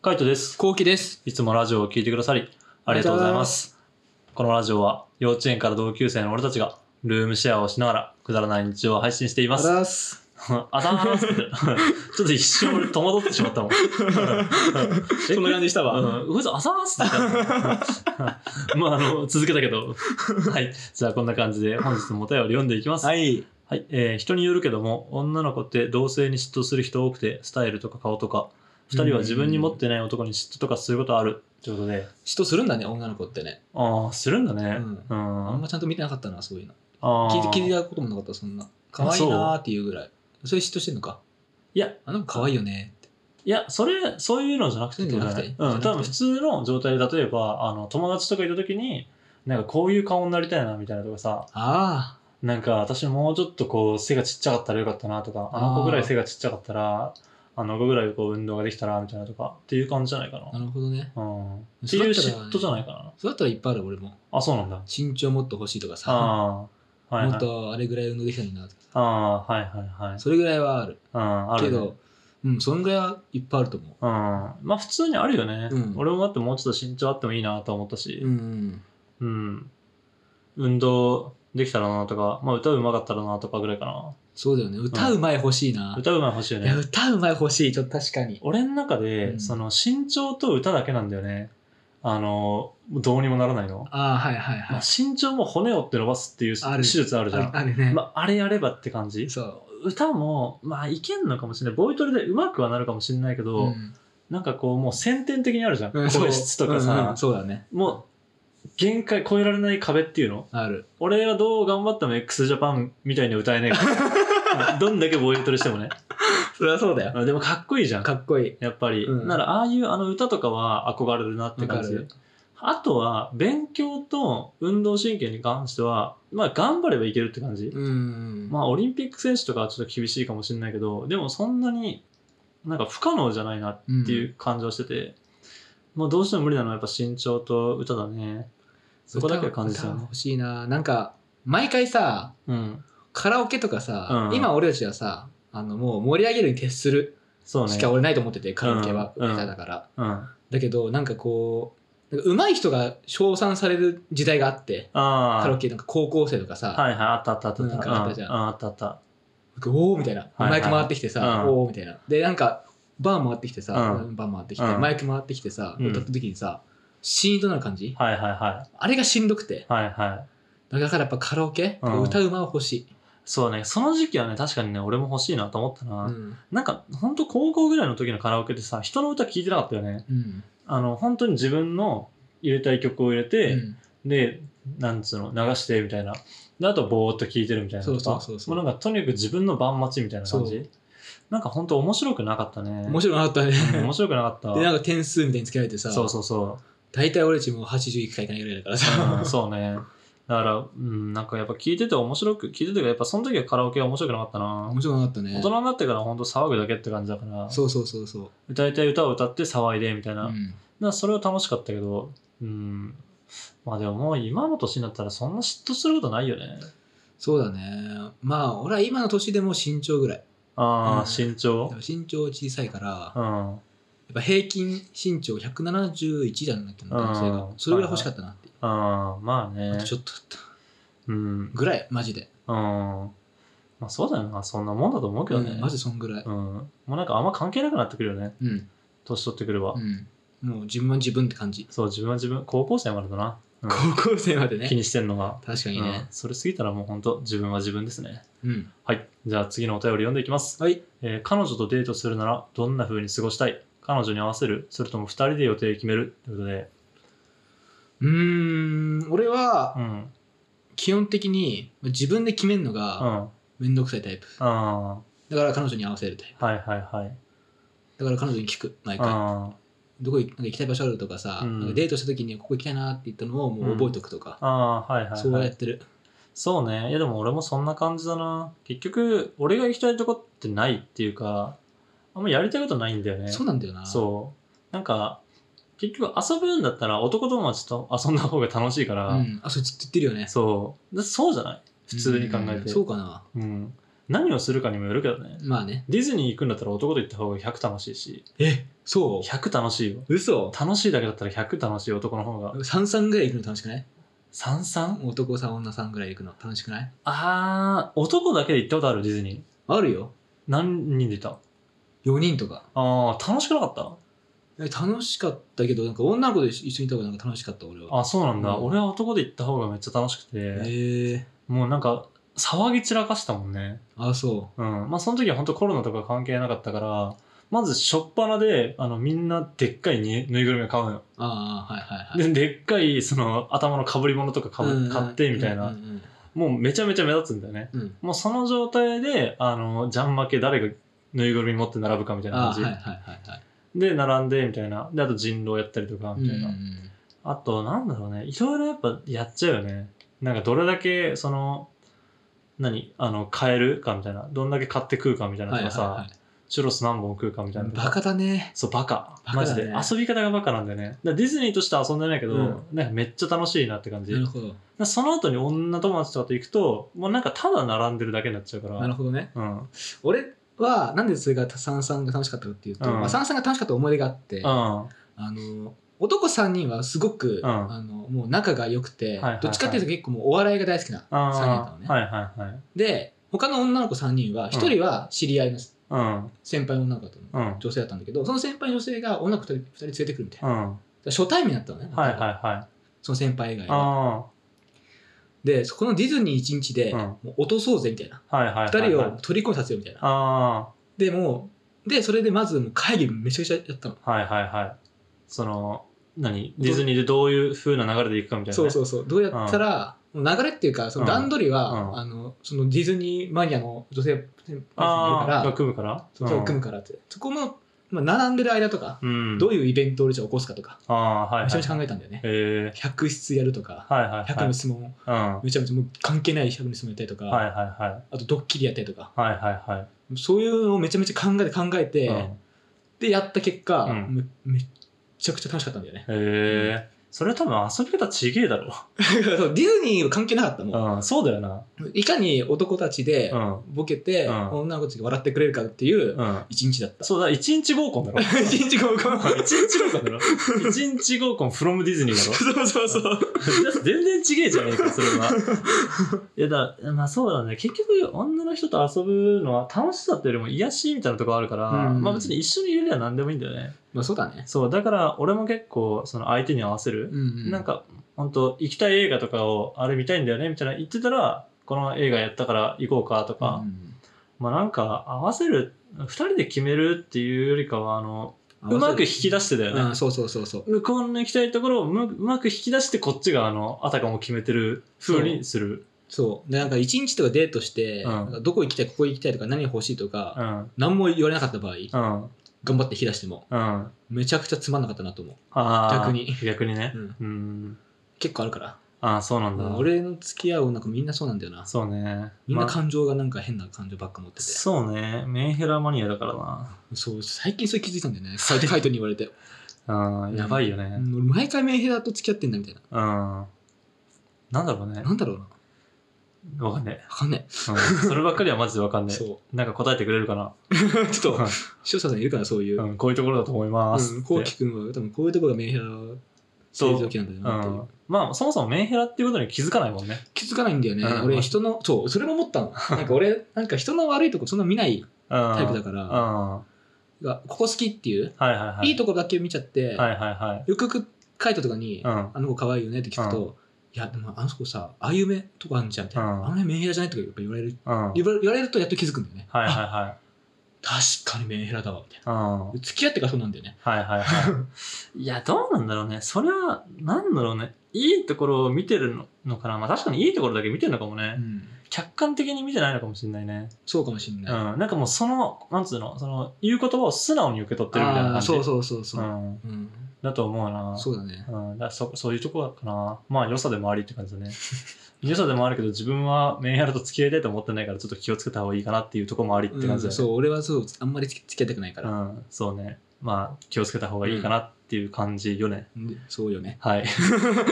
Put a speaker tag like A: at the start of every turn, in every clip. A: カイトです。
B: こうきです。
A: いつもラジオを聞いてくださり、ありがとうございます。このラジオは、幼稚園から同級生の俺たちが、ルームシェアをしながら、くだらない日常を配信しています。
B: らす。
A: あざーすって。 ちょっと一瞬俺戸惑ってしまった もん。
B: こんな感じしたわ。
A: うん、うざ、あざーすって言った。 まあ、あの、続けたけど。はい。じゃあ、こんな感じで本日もお便り読んでいきます。はい。
B: い。
A: えー人によるけども、女の子って同性に嫉妬する人多くて、スタイルとか顔とか、二人は自分に持ってない男に嫉妬とかすることある。ということで、
B: 嫉妬するんだね、女の子ってね。
A: ああ、するんだね。う
B: あ
A: ん。
B: んまちゃんと見てなかったな、そういうの。
A: あ
B: 聞い
A: ー
B: て聞いてたこともなかった、そんな。可愛いなーっていうぐらい。それ嫉妬してんのか
A: いや、
B: あの子可愛いよねって。
A: いや、それ、そういうのじゃなくてってことだね。
B: そういう
A: う
B: の
A: ん、多
B: じゃなくて
A: 分普通の状態で、例えば、あの、友達とかいた時に、なんかこういう顔になりたいな、みたいなとかさ、
B: あ
A: なんか私もうちょっとこう、背がちっちゃかったらよかったなとか、あの子ぐらい背がちっちゃかったら、あの子ぐらいこう、運動ができたら、みたいなとか、っていう感じじゃないか
B: あ、なるほどね。
A: な。うん。って
B: そ
A: いう
B: だ
A: う
B: ったら
A: 嫉
B: ね
A: 妬じゃないかな。
B: そうだったらいっぱいある、俺も。
A: あ、そう なんだ。
B: 身長もっと欲しいとかさ。
A: ああ、はい
B: も
A: は
B: っ
A: い。
B: とあれぐらい運動できたのになとかさ。
A: ああ、はいはいはい。
B: それぐらいはある。
A: うん、ある
B: け
A: ね
B: ど、うん、そんぐらいはいっぱいあると思
A: うん。まあ普通にあるよね。
B: うん
A: 俺もだってもうちょっと身長あってもいいなと思ったし。
B: う。うん。
A: うん。運動できたらなとか、まあ歌うまかったらなとかぐらいかな。
B: そうだよね。歌う前欲しいな。
A: 歌うまい欲しいよ
B: いや、
A: ね。
B: 歌う前欲しい。ちょっと確かに。
A: 俺の中で、
B: うん
A: その身長と歌だけなんだよね。あの、どうにもならないの。
B: ああ、はいはいは
A: まあ
B: い。
A: 身長も骨折って伸ばすっていう
B: あ
A: 手
B: る
A: 術あるじゃん。
B: あれね。
A: まあ、あれやればって感じ
B: そ
A: 歌もまあいけんのかもしれないボイトレでうまくはなるかもしれないけ
B: う。
A: ど、
B: うん
A: なんかこうもう先天的にあるじゃん、
B: うんそう
A: 声質とかさ、
B: うんうんそうだね。
A: もう限界超えられない壁っていうの
B: ある。
A: 俺はどう頑張っても x ジャパンみたいには歌えねえ からどんだけボイルトレしてもね
B: それはそうだ。
A: あでもかっこいいじゃん
B: かっこいい。
A: やっぱり、
B: うん
A: ならああいうあの歌とかは憧れるなって感じ
B: わかる
A: あとは勉強と運動神経に関してはまあ頑張ればいけるって感じ、
B: うん。
A: まあオリンピック選手とかはちょっと厳しいかもしれないけどでもそんなになんか不可能じゃないなっ
B: って
A: いう。感じはしてて、まあどうしても無理なのはやっぱ身長と歌だねそこだけは感じた
B: 歌
A: よ
B: は
A: ね
B: 欲しいな。なんか、毎回さ、
A: うん
B: カラオケとかさ、
A: うん
B: 今俺たちはさ、あの、もう盛り上げるに徹する
A: そうね
B: しか俺ないと思ってて、カラオケは
A: うんうん
B: 歌だから。
A: うん
B: だけど、なんかこう、なんか上手い人が称賛される時代があって、
A: ああ
B: カラオケなんか高校生とかさ、
A: はいはい、あったあったあった。
B: なんかあったじゃん
A: うあったあった。
B: おーみたいな、
A: はいはい
B: マイク回ってきてさ、
A: うん
B: おーみたいなでなんかバー回ってきてさ、
A: う
B: バー回ってきて、
A: うん
B: マイク回ってきてさ、
A: うん
B: 歌った時にさシーンとなる感じ
A: はいはいは
B: あれがしんどくて
A: い。はいはい。
B: だからやっぱカラオケ、
A: うん
B: 歌うまは欲しい、
A: そうね、その時期はね、確かにね、俺も欲しいなと思ったな。
B: うん
A: なんか、ほんと高校ぐらいの時のカラオケでさ、人の歌聞いてなかったよね。
B: うん
A: あの、本当に自分の入れたい曲を入れ
B: う
A: て、
B: ん
A: で、なんつうの、流してみたいな。で、あと、ぼーっと聞いてるみたいなとか。
B: そうそうそうそう
A: もうなんか、とにかく自分の番待ちみたいな感
B: そ
A: じ。なんか、ほんと面白くなかったね。
B: 面白くなかったね
A: うん面白くなかった。
B: でなんか点数みたいにつけられてさ
A: そうそうそう。
B: 大体俺たちもう81回いかないぐらいだから
A: う
B: さ
A: ん、そうね。だから、うん、なんかやっぱ聞いてて面白く、聞いてて、やっぱその時はカラオケは面白くなかったな。
B: 面白くなかった
A: 大
B: ね
A: 人になってから本当騒ぐだけって感じだから、
B: そうそうそうそう、
A: 歌いたい歌を歌って騒いでみたいうな。だか
B: ん、
A: らそれは楽しかったけど、うん。まあでももう今の年になったらそんな嫉妬することないよね。
B: そうだねまあ俺は今の年でも身長ぐらい
A: ああ、
B: う
A: 身長。
B: 身長小さいから、
A: うん。
B: やっぱ平均身長171なんだっけな、
A: うん
B: 男性が。それぐらい欲しかったなって。
A: ああ、まあね
B: あと。ちょっとだった。
A: うん。うん。
B: ぐらい、マジで。
A: まあそうだよな。そんなもんだと思うけ
B: う
A: どね
B: ん、。マジそんぐらい。
A: うん。もうなんかあんま関係なくなってくるよね。
B: うん。
A: 年取ってくれば
B: う。ん。もう自分は自分って感じ。
A: そう、自分は自分、高校生までだな。うん
B: 高校生までね
A: 気。にしてんのが、
B: 確かに
A: うん
B: ね。
A: それ過ぎたらもう本当自分は自分ですね
B: うん。
A: はいじゃあ次のお便り読んでいきます、
B: はい。
A: えー彼女とデートするならどんな風に過ごしたい彼女に合わせるそれとも2人で予定決めるということで
B: うーん、俺は
A: うん
B: 基本的に自分で決めるの
A: うん
B: が
A: あ
B: めんどくさいタイプ。
A: あ
B: だから彼女に合わせるタイプ。
A: ーはいはいはい
B: だから彼女に聞く、毎回。
A: あ
B: どこ行なんか行きたい場所あるとかさ、
A: うん
B: なんかデートした時にここ行きたいなって言ったのをもう覚えておくとか
A: ー。あーはいはい、
B: そう
A: は
B: やっ
A: い、
B: てる。
A: そうねいやでも俺もそんな感じだな結局俺が行きたいとこってないっていうかあんまやりたいことないんだよね
B: そうなんだよな。
A: そうなんか結局遊ぶんだったら男友達と遊んだ方が楽しいから、
B: うん、あ、それずっと言ってるよね。
A: そう。だそうじゃない普通に考えて。
B: うんそうかな。
A: うん。何をするかにもよるけどね。
B: まあね。
A: ディズニー行くんだったら男と行った方が100楽しいし、
B: え、そ
A: 100楽しいよ。
B: う嘘
A: 楽しいだけだったら100楽しい男の方が。
B: 三三ぐらい行くの楽しくない
A: 三三
B: 男さん女さんぐらい行くの楽しくない
A: あー、男だけで行ったことあるディズニー。
B: あるよ。
A: 何人で行った
B: 4人とか。
A: あー、楽しくなかった
B: え楽しかったけど、なんか女の子と一緒にいた方がなんか楽しかった俺は。
A: あそうなんだ、
B: うん
A: 俺は男で行った方がめっちゃ楽しくて、
B: へえ。
A: もうなんか騒ぎ散らかしたもんね
B: あ、そ
A: うんまあその時は本当コロナとか関係なかったからまず初っ端であのみんなでっかいにぬいぐるみを買うのよ、
B: う。ああ、はいはいはい。
A: ででっかいその頭のかぶり物とかかぶ
B: うんうん
A: 買ってみたいな、
B: うんうん
A: もうめちゃめちゃ目立つんだよね
B: うんうん。
A: もうその状態であのジャン負け誰がぬいぐるみ持って並ぶかみたいな感
B: ああ、は
A: じ、
B: いはいはいはい。
A: で並んでみたいなであと人狼やったりとかみたいな、
B: うんうん
A: あと、なんだろうね、いろいろやっぱやっちゃうよね。なんかどれだけ、その、何あの、買えるかみたいな。どんだけ買って食うかみたいな
B: はい
A: と
B: は
A: か
B: い
A: さ、
B: は。
A: チュロス何本食うかみたいないとか。
B: バカだね。
A: そう、バカ。
B: バ
A: マ
B: カ
A: ジ
B: だね
A: で。遊び方がバカなんだよね。だからディズニーとしては遊んでないけど、
B: うん
A: なんかめっちゃ楽しいなって感じ。
B: なるほど。
A: だからその後に女友達とかと行くと、もうなんかただ並んでるだけになっちゃうから。
B: なるほどね。
A: うん。うん。
B: 俺は、なんでそれがサンサンが楽しかったかっていうと、
A: うん
B: まあ、サンサンが楽しかった思い出があって、
A: は
B: あの男3人はすごく、
A: ん
B: あのもう仲が良くて、
A: いはいはい
B: どっちかっていうと結構もうお笑いが大好きな3人だったのね、
A: はいはいはい。
B: で他の女の子3人は1人は知り合いの
A: うん。
B: 先輩の女の子だったの、
A: うん。
B: 女性だったんだけどその先輩の女性が女の子2人 ,2 人連れてくるみたいな
A: う、ん。
B: だから初対面だったのね、
A: はいはいはい。
B: その先輩以外は
A: あ
B: でそこのディズニー1日で、
A: うん
B: もう落とそうぜみたいな
A: あ。はいはいはい、はい。
B: 2人を取り込みさせようみたいな、
A: ああ。
B: でもうでそれでまずもう会議めちゃくちゃやったの、
A: はいはいはい。その、何ディズニーでどういう風な流れでいくかみたいな、ね。
B: そうそうそうどうやったら、もう流れっていうかその段取りは、
A: うん
B: あのそのディズニーマニアの女性先輩
A: あ
B: がいるか
A: あ、
B: ら
A: が組むから
B: そうそう組む
A: か
B: からってそこの、まあ、並んでる間とか、
A: ら。うん。
B: どう
A: いう
B: いうイベントを俺じゃあ起こすかとか、
A: ああ、はい、はい。
B: めちゃめちゃ考えたんだよね、
A: え
B: 100室やるとか
A: ー、はいはい
B: 100
A: はい
B: の。質問、
A: うん。は
B: めちゃめちゃもう関係ない100の質問やったりとか、
A: いはいはい。
B: あとドッキリやったりとか
A: はいはいはい。
B: そういうのをめちゃめちゃ考えて考えて、
A: うん、
B: でやった結果、
A: うん
B: めめっちゃくちゃ楽しかったんだよね
A: えー。それ多分遊び方ちげえだろ。
B: そうディズニーは関係なかったもん
A: うん、そうだよな。
B: いかに男たちで
A: うん。
B: ボケて、
A: うん
B: 女の子たちが笑ってくれるかっていう
A: うん。
B: 一日だった。
A: そうだ、一日合 コンだろ。一
B: 一日合コン。
A: 日合コンだろ。一日合コン from ディズニーだろ。
B: そうそうそう。
A: 全然ちげえじゃねえかそれはいやだまあそうだね結局女の人と遊ぶのは楽しさっていうよりも癒しみたいなとこあるから、
B: うん
A: まあ別に一緒にいれりゃ何でもいいんだよね
B: まあそうだね。
A: そうだから俺も結構その相手に合わせる、
B: ん
A: なん、か本当行きたい映画とかをあれ見たいんだよねみたいな言ってたらこの映画やったから行こうかと
B: う
A: か、
B: ん
A: まあなんか合わせる2人で決めるっていうよりかはあのうまく引き出してだよね、
B: うん、そうそうそうそう。
A: 向こうの行きたいところをむうまく引き出してこっちがあのあたかも決めてる風にする
B: そう。で、なんか一日とかデートして、
A: うん
B: なんかどこ行きたい、ここ行きたいとか、何欲しいとか、
A: うん
B: 何も言われなかった場合、
A: うん
B: 頑張って引き出しても、
A: うんあ
B: めちゃくちゃつまんなかったなと思う。
A: あ
B: 逆に
A: 逆にね
B: うん
A: うん
B: 結構あるから。
A: ああそうなんだ、
B: 俺の付き合う女の子みんなそうなんだよな。
A: そうね
B: みん
A: まあ
B: な感情がなんか変な感情ばっか持ってて。
A: そうねメンヘラマニアだからな
B: そう、最近それ気づいたんだよね。カイトカイトに言われて。
A: あーやばいよ
B: う
A: ね
B: ん俺毎回メンヘラと付き合ってんだみたいな。
A: うん、なんだろうね
B: なんだろうな。
A: わかんね
B: わかんない。
A: え、うん、そればっかりはマジでわかんねえ
B: そ
A: なんか答えてくれるかな
B: う。 ちょっと、視聴者さんいるからそういう。
A: う
B: うん
A: ん、こういうところだと思います、って
B: こうきくんは多分こういうところがメンヘラ製造機なんだよ
A: う、
B: なっていうん
A: まあそもそもメンヘラっていうことに気づかないもんね
B: 気づかないんだよね。
A: うん
B: 俺人の、そう、それも 思ったの。なんか俺、なんか人の悪いとこそんな見ない
A: タ
B: タイプだ
A: か
B: から、
A: うん、は
B: がここ好きっていう、
A: いはいはい
B: いいとこだけ見ちゃって、
A: はいはいはい。
B: よくよくカイトとかに、
A: う
B: あ
A: ん。
B: の子可愛いよねって聞くと、いや、でもあの子さ、ああいう目とこあんじゃんみたいな。
A: うん
B: あの目メンヘラじゃないとかやっぱ言われる。
A: うん。
B: 言わ言われるとやっと気づくんだよね。
A: はいはい
B: あ
A: はい。
B: 確かにメンヘラだわ、みたいな。
A: うん。はい
B: 付き合ってからそうなんだよね。
A: はいはい。 いや、どうなんだろうね。それは、なんだろうね。いいところを見てるののかな。まあ確かにいいところだけ見てるのかもね。
B: うん
A: 客観的に見てないのかもしれないね。
B: そうかもしん
A: う
B: ない。
A: ん。なんかもうその、なんつうの、その、言う言葉を素直に受け取ってるみたいな
B: あ
A: 感
B: ー
A: じ。
B: そうそうそうそう。
A: ん。
B: うん、
A: だと思うな。
B: そうだね。
A: うん、だからそそういうとこかな。まあ、良さでもありって感じだね。 良さでもあるけど、自分はメンヘラと付き合いたいと思ってないから、ちょっと気をつけた方がいいかなっていうとこもありって感じだね。
B: うんそう、俺はそう、あんまりつき付き合いたくないから。
A: うん、そうね。まあ、気をつけた方がいいかなっていう感じよね。
B: うんそうよね。
A: はい。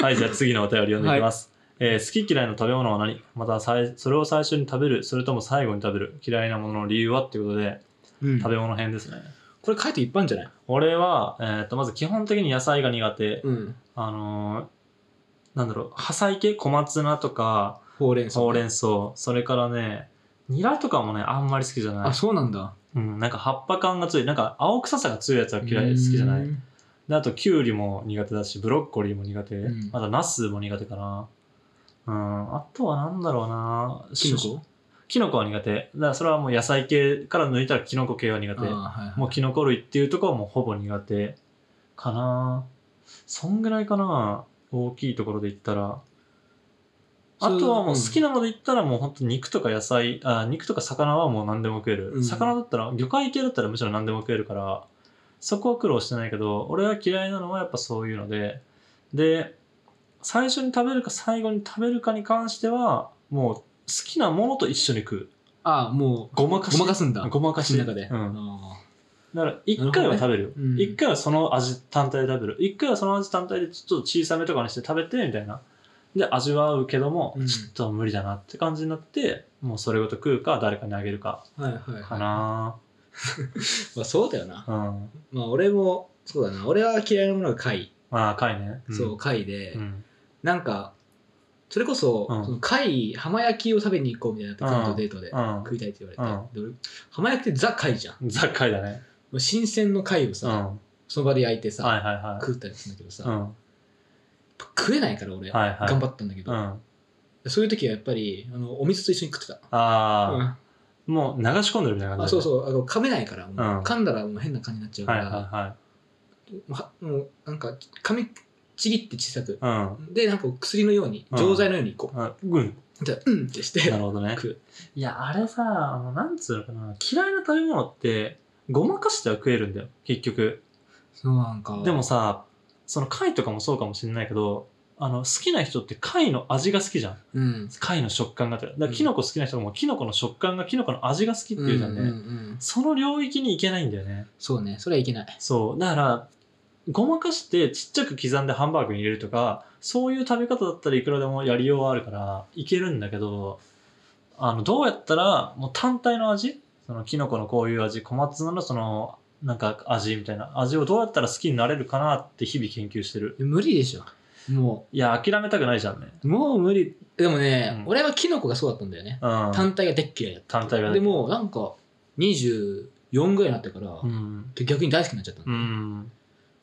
A: はい、じゃあ次のお便り読んでいきます。えー好き嫌いの食べ物は何またさいそれを最初に食べるそれとも最後に食べる嫌いなものの理由はっていうことで
B: うん
A: 食べ物編ですね、
B: これ書いて一般じゃない
A: 俺は、えー、とまず基本的に野菜が苦手、
B: うん。
A: あのーなんだろう葉菜系小松菜とか
B: ほうれん草。
A: ほうれん草それからねニラとかもねあんまり好きじゃない
B: あ、そうなんだ。
A: うん、なんか葉っぱ感が強いなんか青臭さが強いやつは嫌い好きじゃな
B: う
A: い
B: ん
A: であときゅうりも苦手だしブロッコリーも苦手、
B: うん
A: あとナスも苦手かなうんあとはなんだろうな
B: キノコ
A: キノコは苦手だからそれはもう野菜系から抜いたらキノコ系は苦手
B: ああ、
A: も
B: は
A: うキノコ類っていうところはもうほぼ苦手かなそんぐらいかな大きいところで言ったらあ
B: そう
A: とはもう
B: うん
A: 好きなので言ったらもうほんと肉とか野菜あ肉とか魚はもう何でも食える、
B: うん
A: 魚だったら魚介系だったらむしろ何でも食えるからそこは苦労してないけど俺は嫌いなのはやっぱそういうのでで最初に食べるか最後に食べるかに関してはもう好きなものと一緒に食う
B: い。ああ、もう、
A: ごまかし
B: ごまかすんだ。
A: ごまかし
B: 口の中で。
A: うん
B: あ
A: だから1回は食べるよ
B: なるほどねうん
A: 一1回はその味単体で食べる1回はその味単体でちょっと小さめとかにして食べてみたいなで味は合うけども、
B: うん
A: ちょっと無理だなって感じになってもうそれごと食うか誰かにあげるか
B: あはいはい
A: か
B: はい。
A: な
B: まあ、そうだよな。
A: うん
B: まあ、俺も、そうだな。俺は嫌いなものが貝。
A: まあ貝ね、ん
B: そう、貝で
A: う、ん
B: なんか、それこそ、
A: うん
B: その貝、浜焼きを食べに行こうみたいになって、彼女とデートで
A: うん
B: 食いたいって言われて、で俺浜焼きってザ貝じゃん。
A: ザ貝だね
B: もう新鮮の貝を
A: うん
B: さ、
A: は
B: その場で焼いて
A: い
B: さ、
A: はいはい
B: 食ったりするんだけどさ、
A: うん
B: やっ
A: は
B: ぱ食えないから俺、
A: いはい
B: 頑張ったんだけど、
A: うん
B: そういう時はやっぱりあのお水と一緒に食ってた。う
A: ああ、
B: ん
A: もう流し込んでるみたいな感
B: あ
A: じ
B: そう
A: う
B: そうあの噛めないから、もう
A: うん
B: 噛んだらもう変な感じになっちゃうか
A: はい
B: ら、
A: はいは
B: もうはもうなんか噛みちぎって小さく
A: いうん
B: でなんか薬のように
A: うん
B: 錠剤のようにこ
A: あうん
B: う、じゃあうんっ てして
A: なるほどね
B: 食う
A: いやあれさあのなんつうのかな嫌いな食べ物ってごまかしては食えるんだよ結局
B: そうなんか
A: でもさその貝とかもそうかもしれないけどあの好きな人って貝の味が好きじゃん
B: うん
A: 貝の食感がってだから
B: うん
A: キノコ好きな人もキノコの食感がキノコの味が好きっていうじゃんね、
B: うんうんうん
A: その領域に行けないんだよね
B: そうねそれはいけない
A: そうだからごまかしてちっちゃく刻んでハンバーグに入れるとかそういう食べ方だったらいくらでもやりようはあるからいけるんだけどあのどうやったらもう単体の味そのキノコのこういう味小松菜のそのなんか味みたいな味をどうやったら好きになれるかなって日々研究してる
B: 無理でしょも
A: いや諦めたくないじゃんね
B: うもう無理でもね、
A: うん
B: 俺はキノコがそうだったんだよね、
A: うん
B: 単体がでっ嫌いだった
A: 単体がね
B: でもなんか24ぐらいになってから、
A: うん、
B: 逆に大好きになっちゃったんだ
A: う
B: よね
A: ん、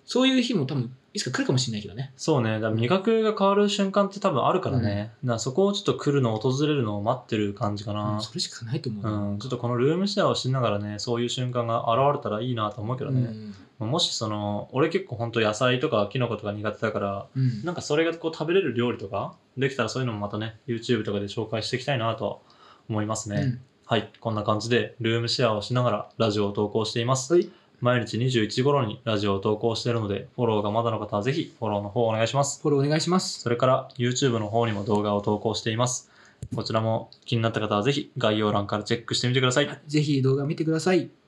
B: そういう日も多分いつか来るかもしれないけどね
A: そうねだから味覚が変わる瞬間って多分あるからね、だからそこをちょっと来るの訪れるのを待ってる感じかな、
B: うんそれしかないと思うな、
A: うん、ちょっとこのルームシェアをしながらねそういう瞬間が現れたらいいなと思うけど
B: う
A: ね、
B: ん
A: もしその俺結構ほんと野菜とかキノコとか苦手だから
B: うん
A: なんかそれがこう食べれる料理とかできたらそういうのもまたね YouTube とかで紹介していきたいなとは思いますね、
B: うん
A: はいこんな感じでルームシェアをしながらラジオを投稿しています、
B: はい
A: 毎日21頃にラジオを投稿しているのでフォローがまだの方はぜひフォローの方お願いします
B: フォローお願いします
A: それから YouTube の方にも動画を投稿していますこちらも気になった方はぜひ概要欄からチェックしてみてください
B: ぜひ動画見てください